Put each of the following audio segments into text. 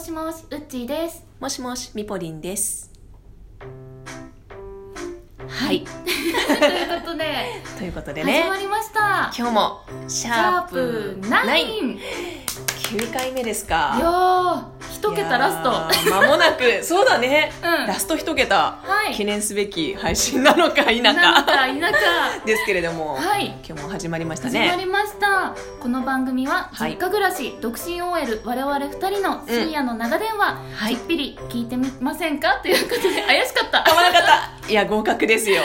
しもし、うっちーです。もしもし、みぽりんです。はい、ということで、という ことで始ねま、りました。今日もシシャャーーププナナイインン。い九回目ですやか。ー、一桁ラスト。ト。まもな く、そうだね。うん。ラスト一桁、はい。記念すべき配信なのか否なんかか田ですけれども、舎。 はい。今日も始まりました始まね。りました。この番組は、はい実家暮らし、独身 OL、我々二人の深夜の長電話、はちいっ。ぴり聞いてみませんかということ で、怪しかった。かまなかった。いや合格で すよ。よ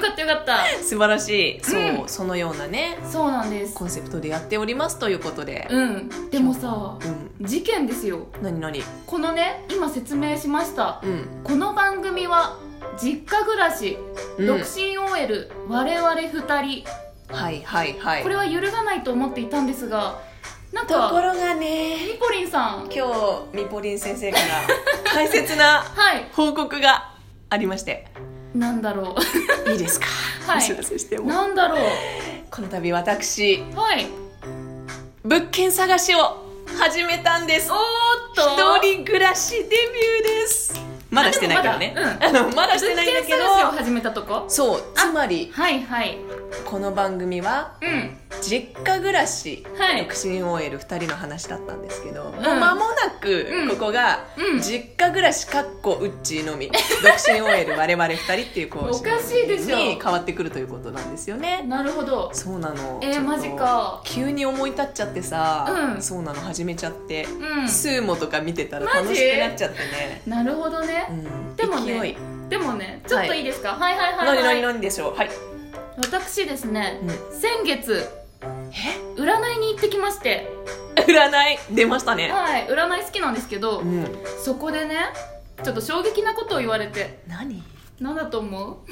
かったよかった。素晴らしい。そう、うんそのようなねそうなんですコ。ンセプトでやっておりますということで。うん。でもさ、うん。事件ですよ。何何。このね、今説明しました。うん。この番組は実家暮らし、うん独身 OL 我々2人はいはいはい。これは揺るがないと思っていたんですがなんとこかろがねミポリンさん今日みぽりん先生から大切なはい報告がありましてなんだろいいですか、はいお知らせしてう もなんだろこの度私うはい物件探しを始めたんですおーっと一人暮らしデビューですまだしてないけどねああのまだして物ないんだ件けど探しを始めたとこそうつまりはいはいこの番組はうん実家暮らしはい独身 OL2 人の話だったんですけど、んもう間もなうくんここがうん実家暮らしかっこうっちーのみ独身 OL 我々2人っていうこうおかしいでしょに変わってくるということなんですよねなるほどそうなのえちー、ょっとマジか急に思い立っちゃってさ、うんそうなの始めちゃって、うんスーモとか見てたらマジ楽しくなっちゃってねなるほどうねん、でもね勢いでもねちょっといいですか、はい、はいはい何はい何何でしょうはい、私ですねうん、先月え 占いに行ってきまして占い出ましたね、はい占い好きなんですけど、うん、そこでねちょっと衝撃なことを言われて何 何だと思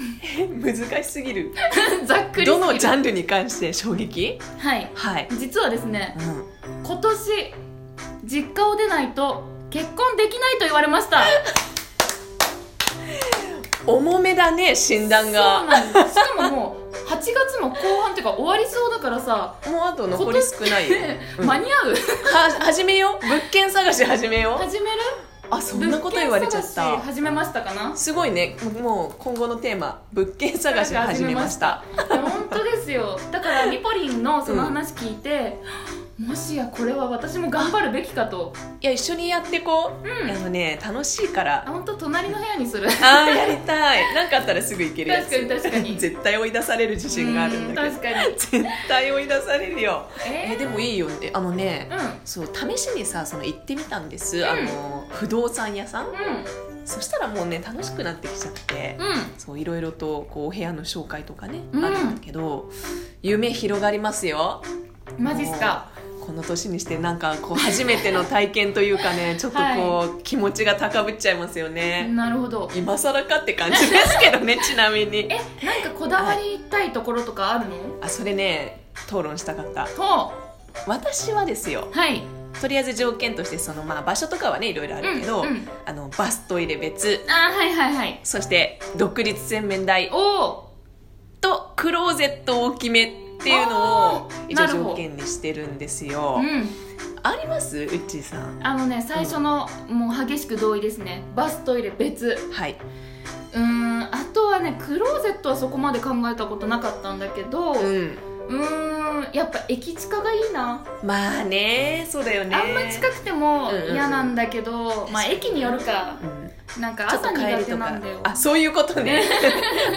難しすぎるう ざっくりすぎるどのジャンルに関して衝撃はいはい、実はですねうん、今年実家を出ないと結婚できないと言われました重めだね診断そうがなんですしかももう8月も後半っていうか終わりそうだからさ、もうあと残り少ないよ、 うん間に 合うは始めよう物件探し始めよう始めるあそんなこと言われちゃっ物件探した始めましたかなすごいねもう今後のテーマ物件探し始めましたいや本当ですよだからミポリンのその話聞いて、もしやこれは私も頑張るべきかといや一緒にやってこう、うんあのね楽しいかあ ら本当隣の部屋にするあーやりたい何かあったらすぐ行けるやつ確かに確かに絶対追い出される自信があるんだけうど確かに絶対追い出されるよええでもいいよねあのねうんそう試しにさその行ってみたんです、んあの不動産屋さんうそしたらもうね楽しくなってきちゃって、んうんそういろいろとこうお部屋の紹介とかね、うんあるんだけど夢広がりますよマジっすかもうこの年にしてなんかこう初めての体験というか ねちょっとこう気持ちが高ぶっちゃいますよね、なるほど今更かって感じですけどねちなみにえなんかこだわりたいところとかあるのあそれね討論したかったほ私はですようはいとりあえず条件としてそのまあ場所とかはねいろいろあるけど、うんうんあのバストイレ別あはいはいはいそして独立洗面台おおとクローゼット大きめっていうのをあー一な応るほど条件にしてるんですよ、うんありますうっちーさんあのね最初の、もう激しく同意ですねバストイレ別はいうーんあとはねクローゼットはそこまで考えたことなかったんだけどううんーんやっぱ駅近がいいな、まあねそうだよねあんま近くてもうんうんうん嫌なんだけど、まあ駅によるかうんなんかちょっと朝帰苦り手となかんだよあそういうこと ね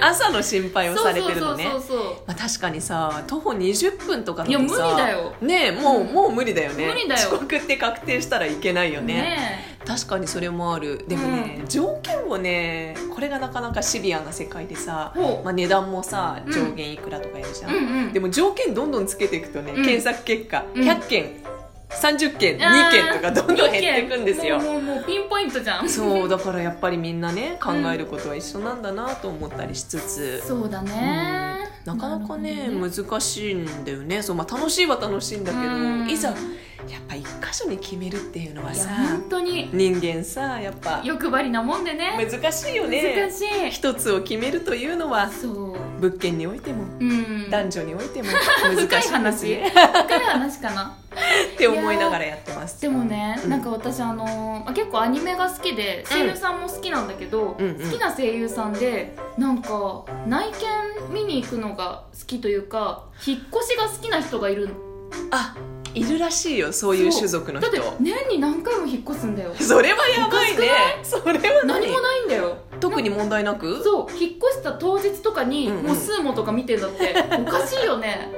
朝の心配をされてるのねそうそうそうそうまあ、確かにさ徒歩20分とかだとさいや無理だよねえもう、うんもう無理だよね無理だよ遅刻って確定したらいけないよねね確かにそれもあるでもね、条件もねこれがなかなかシビアな世界でさ、えほまあ、値段もさうん上限いくらとかやるじゃ、う、うんんうん、でも条件どんどんつけていくとね、ん検索結果うん100件、30件あ2ー件とかどんどん減っていくんですよもうもうもうピンポイントじゃんそうだからやっぱりみんなね考えることは一緒なんだなと思ったりしつつ、そうだねなかなかねるほど難しいんだよねそう、まあ、楽しいは楽しいんだけど、うんいざやっぱ一箇所に決めるっていうのはいさや本当に人間さやっぱ欲張りなもんでね難しいよね難しい一つを決めるというのはそう物件においてもうん 男女においても難しいですね深い話かなって思いながらやってまますでもね、うんなんか私あのまあ結構アニメが好きで声優さんも好きなんだけど、うんうん好きな声優さんでなんか内見見に行くのが好きというか引っ越しが好きな人がいるあいるらしいよそういう種族のだ人って年に何回も引っ越すんだよそれはやばいねそれは何もないんだよ特に問題なくそう引っ越した当日とかに、うんうんもうスーモとか見てんだって おかしいよね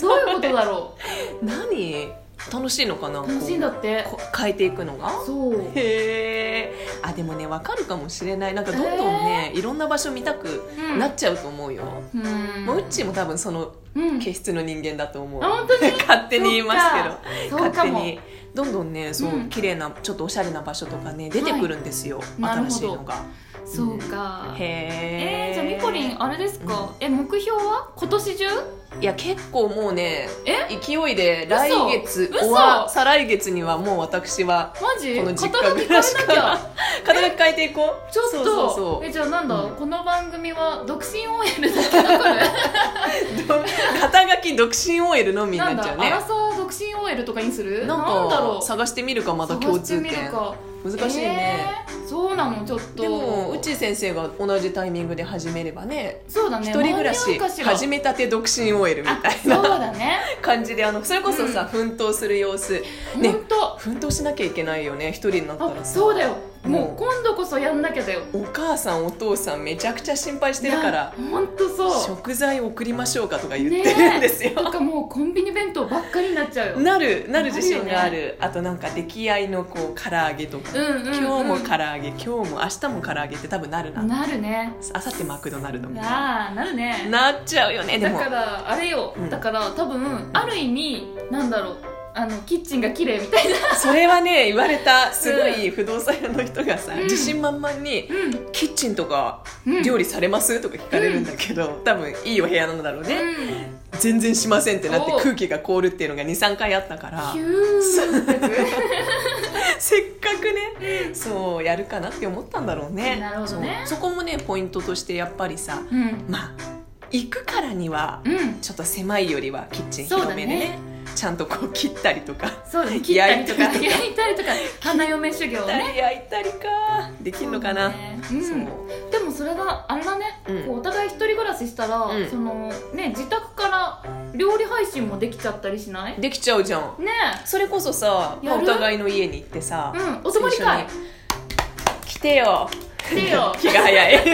どういうことだろ何楽しいのかなう楽しいんだってこうこう変えていくのがそううんへえあでもねわかるかもしれないなんかどんどんね、いろんな場所見たくなっちゃうと思うよ、うんもううっちーも多分そのうん気質の人間だと思う、あ本当に勝手に言いますけどそうか 勝手そうかもにどんどんねそう、うん綺麗なちょっとおしゃれな場所とかね出てくるんですよ、なるほど新しいのがそうかへええー、じゃあみこりんあれですか、え目標は今年中いや結構もうねえ勢いで来月嘘おわ再来月にはもう私はマジこの肩書き変え実家暮ならしかきゃ ら肩書き変えていこうちょっとそうそうそうえじゃあなんだ、うんこの番組は独身 OL だけ残るど肩書き独身 OL のみにななんっちだ、ゃうアねラサー独身 OL とかにするななんんだろかう探してみるかまた共通探してみ点るか難しいね、えーそうなのちょっとでもうち先生が同じタイミングで始めればねそうだね一人暮らし始めめたて独身 OL みたいそうなだね感じであのそれこそさ、奮闘する様子 ね本当、奮闘しなきゃいけないよね一人になったあらさそうだようもんう今度こそやんなきゃだよお母さんお父さんめちゃくちゃ心配してるから本当そう食材送りましょうかとか言ってるんですよ、とかもうコンビニ弁当ばっかりになっちゃうよなるなる自信があなるるあとなんか出来合いのこう唐揚げとか、うんうん、うん、今日も唐揚げ今日も明日も唐揚げって多分なるななるねあさってマクドナルドみたいなああなるねなっちゃうよねでだもからあれよ、うんだから多分ある意味なんだろうあのキッチンが綺麗みたいなそれはね言われたすごい不動産屋の人がさ、うん自信満々にうん「キッチンとかうん料理されます?」とか聞かれるんだけど多分いいお部屋なんだろううね、ん全然しませんってなっておう空気が凍るっていうのが23回あったからヒューせっかくねそうやるかなって思ったんだろうねなるほどねそうそこもねポイントとしてやっぱりさうんまあ行くからにはうんちょっと狭いよりはキッチン広めでねそうだねちゃんとこう切ったりとかそう です切ったりとか焼焼いいたりとか花嫁修行をね 焼いたりかできるのかなそうだねそう,、でもそれがあれだね、うんこうお互い一人暮らししたら、うんそのね自宅から料理配信もできちゃったりしないねできちゃうじゃんそれこそさ、まあやるお互いの家に行ってさえ、うんお泊まり会一緒に来てよ 来てよ 気が早い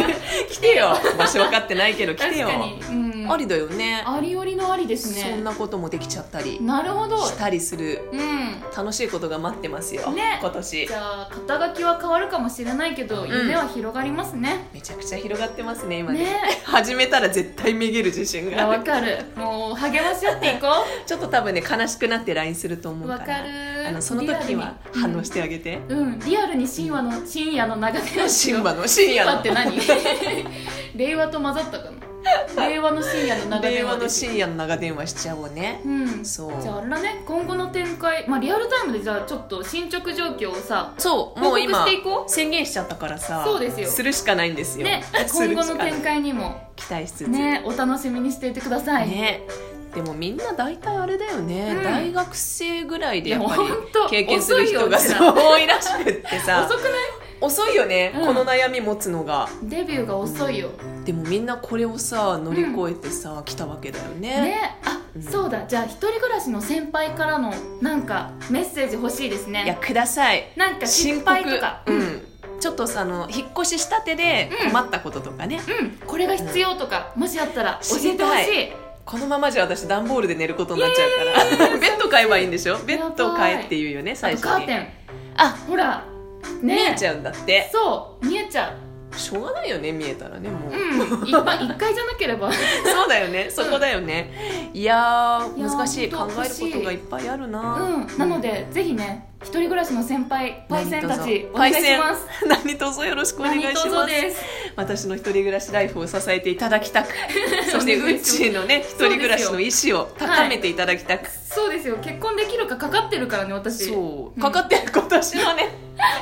来てよ場所分かってないけど来確てよかに、うん、ありだよねありよりのありですそんねなこともできちゃったりなるほどしたりするうん楽しいことが待ってますよ、ね今年じゃあ肩書きは変わるかもしれないけど、ん夢は広がりますねめちゃくちゃ広がってますね今ねね始めたら絶対めげる自信えがあわるかるもう励まし合っていこちょっと多分ね悲しくなって LINE すると思ううかわらかるあのその時リはアル反に応してあげて、うん、うんリアルに神話の深夜の流れをしシよンうバの深令夜和のって 何令和と混ざったかな令和の深夜の長令電和話のです深夜の長電話しちゃおうねうんそうじゃああれだね今後の展開まあリアルタイムでじゃあちょっと進捗状況をさそう報もう告今していこ宣言しちゃったからさそうですよるしかないんですうよ、ねす今る後しのかない展開にも期待しつつねお楽しみにしていてください、ねでもみんな大体あれだよね、うん大学生ぐらいでいややっほぱんりと経験する人が遅いそようちらう多いらしくってさ遅くない遅いよね、うんこの悩み持つのがデビューが遅いよ、でもみんなこれをさ乗り越えてさ、来たわけだよねねあ、うんそうだじゃあ一人暮らしの先輩からのなんかメッセージ欲しいですいやねくださいなんか失敗とかうんちょっとさあの引っ越ししたてでうん困ったこととかね、うん、これが必要とか、もしあったら教えてほ知しりいこのままじゃ私段ボールで寝ることになっちゃうからベッド買えばいいんでしょベッド買えって言うよね最あと初カーにテンあほら見ねえちゃうんだってそう見えちゃうしょうがないよね見えたらねもう、うん一般一回じゃなければ そうだよねそこだよね、いやーいやー難しい考本当えることがいっぱいあるな、うんなのでぜひね一人暮らしの先輩パイセンたちおパ願いイしセンます何卒よろしくお願いし何ます卒です私の一人暮らしライフを支えていただき たくそしてお願ういっしますちーのね一人暮らしの意思を高めていただきたく、そうですよ結婚できるかかかってるからね私そううんかかってる今年のね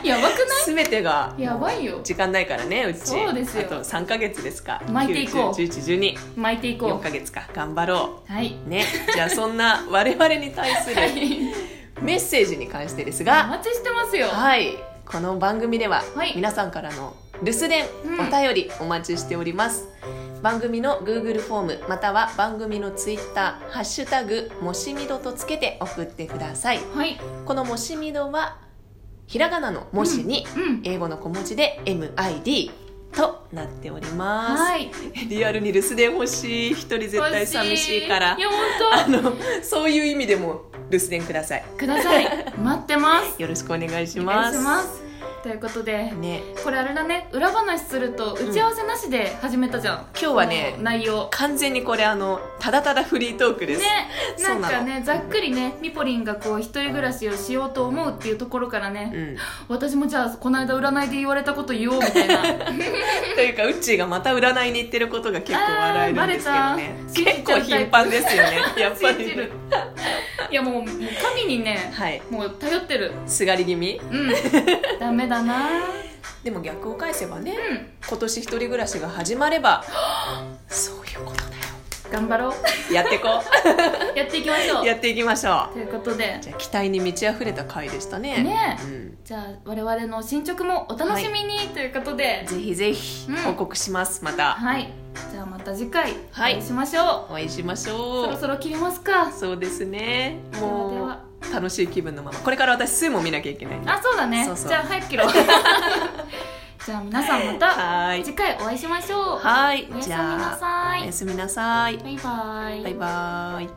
やばくない 全てがやばいよ時間ないからねうっちーそうですよあと3か月ですか巻いていこう9101112巻いていこ4か月か頑張ろうはいうねじゃあそんな我々に対する はいメッセージに関してですおが、待ちしてますよはい、この番組でははい皆さんからの留守電、うんお便りお待ちしております。番組の Google フォームまたは番組の Twitter「ハッシュタグもしみど」とつけて送ってくださいはいこの「もしみど」はひらがなの「もし」に、うん英語の小文字で MID となっております、はいリアルに留守電欲しい一人絶対寂しいから欲しいやあ本のそういう意味でも留守電ください当くださ い待ってますよろしくお願いしおま願いすしますということでねこれあれだね裏話すると打ち合わせなしで始めたじゃん、今日はね内容完全にこれあのただただフリートークです、ねそなうんなのかねざっくりねみぽりんがこう一人暮らしをしようと思うっていうところからね、うん、私もじゃあこの間占いで言われたこと言おうみたいな というかうっちーがまた占いに行ってることが結構笑えるんですけどねあーバレた結構頻繁ですよねやっぱ信りじるいやもうもう神にねはいもう頼ってるすがり気味 うんダメだなでも逆を返せばねうん今年一人暮らしが始まれ ばそういうことだよ頑 張ろやってこうやっていきましょううやっていきましょということでうじゃあ期待に満ち溢れた回でしたねねうん、じゃあ我々の進捗もお楽しみにということでぜひぜひうん報告します、またはいじゃあまた次回おはい会いしましょお会いしまうしそょろうそろ切りますかそうですねもうでは楽しい気分のままこれから私数も見なきゃいけないんであそうだねそうそうじゃあ早く 切ろうじゃあ皆さんまたはーい次回お会いしましょうはーおやいすじみゃなあさおいやすみなさいバイバイバイバーイ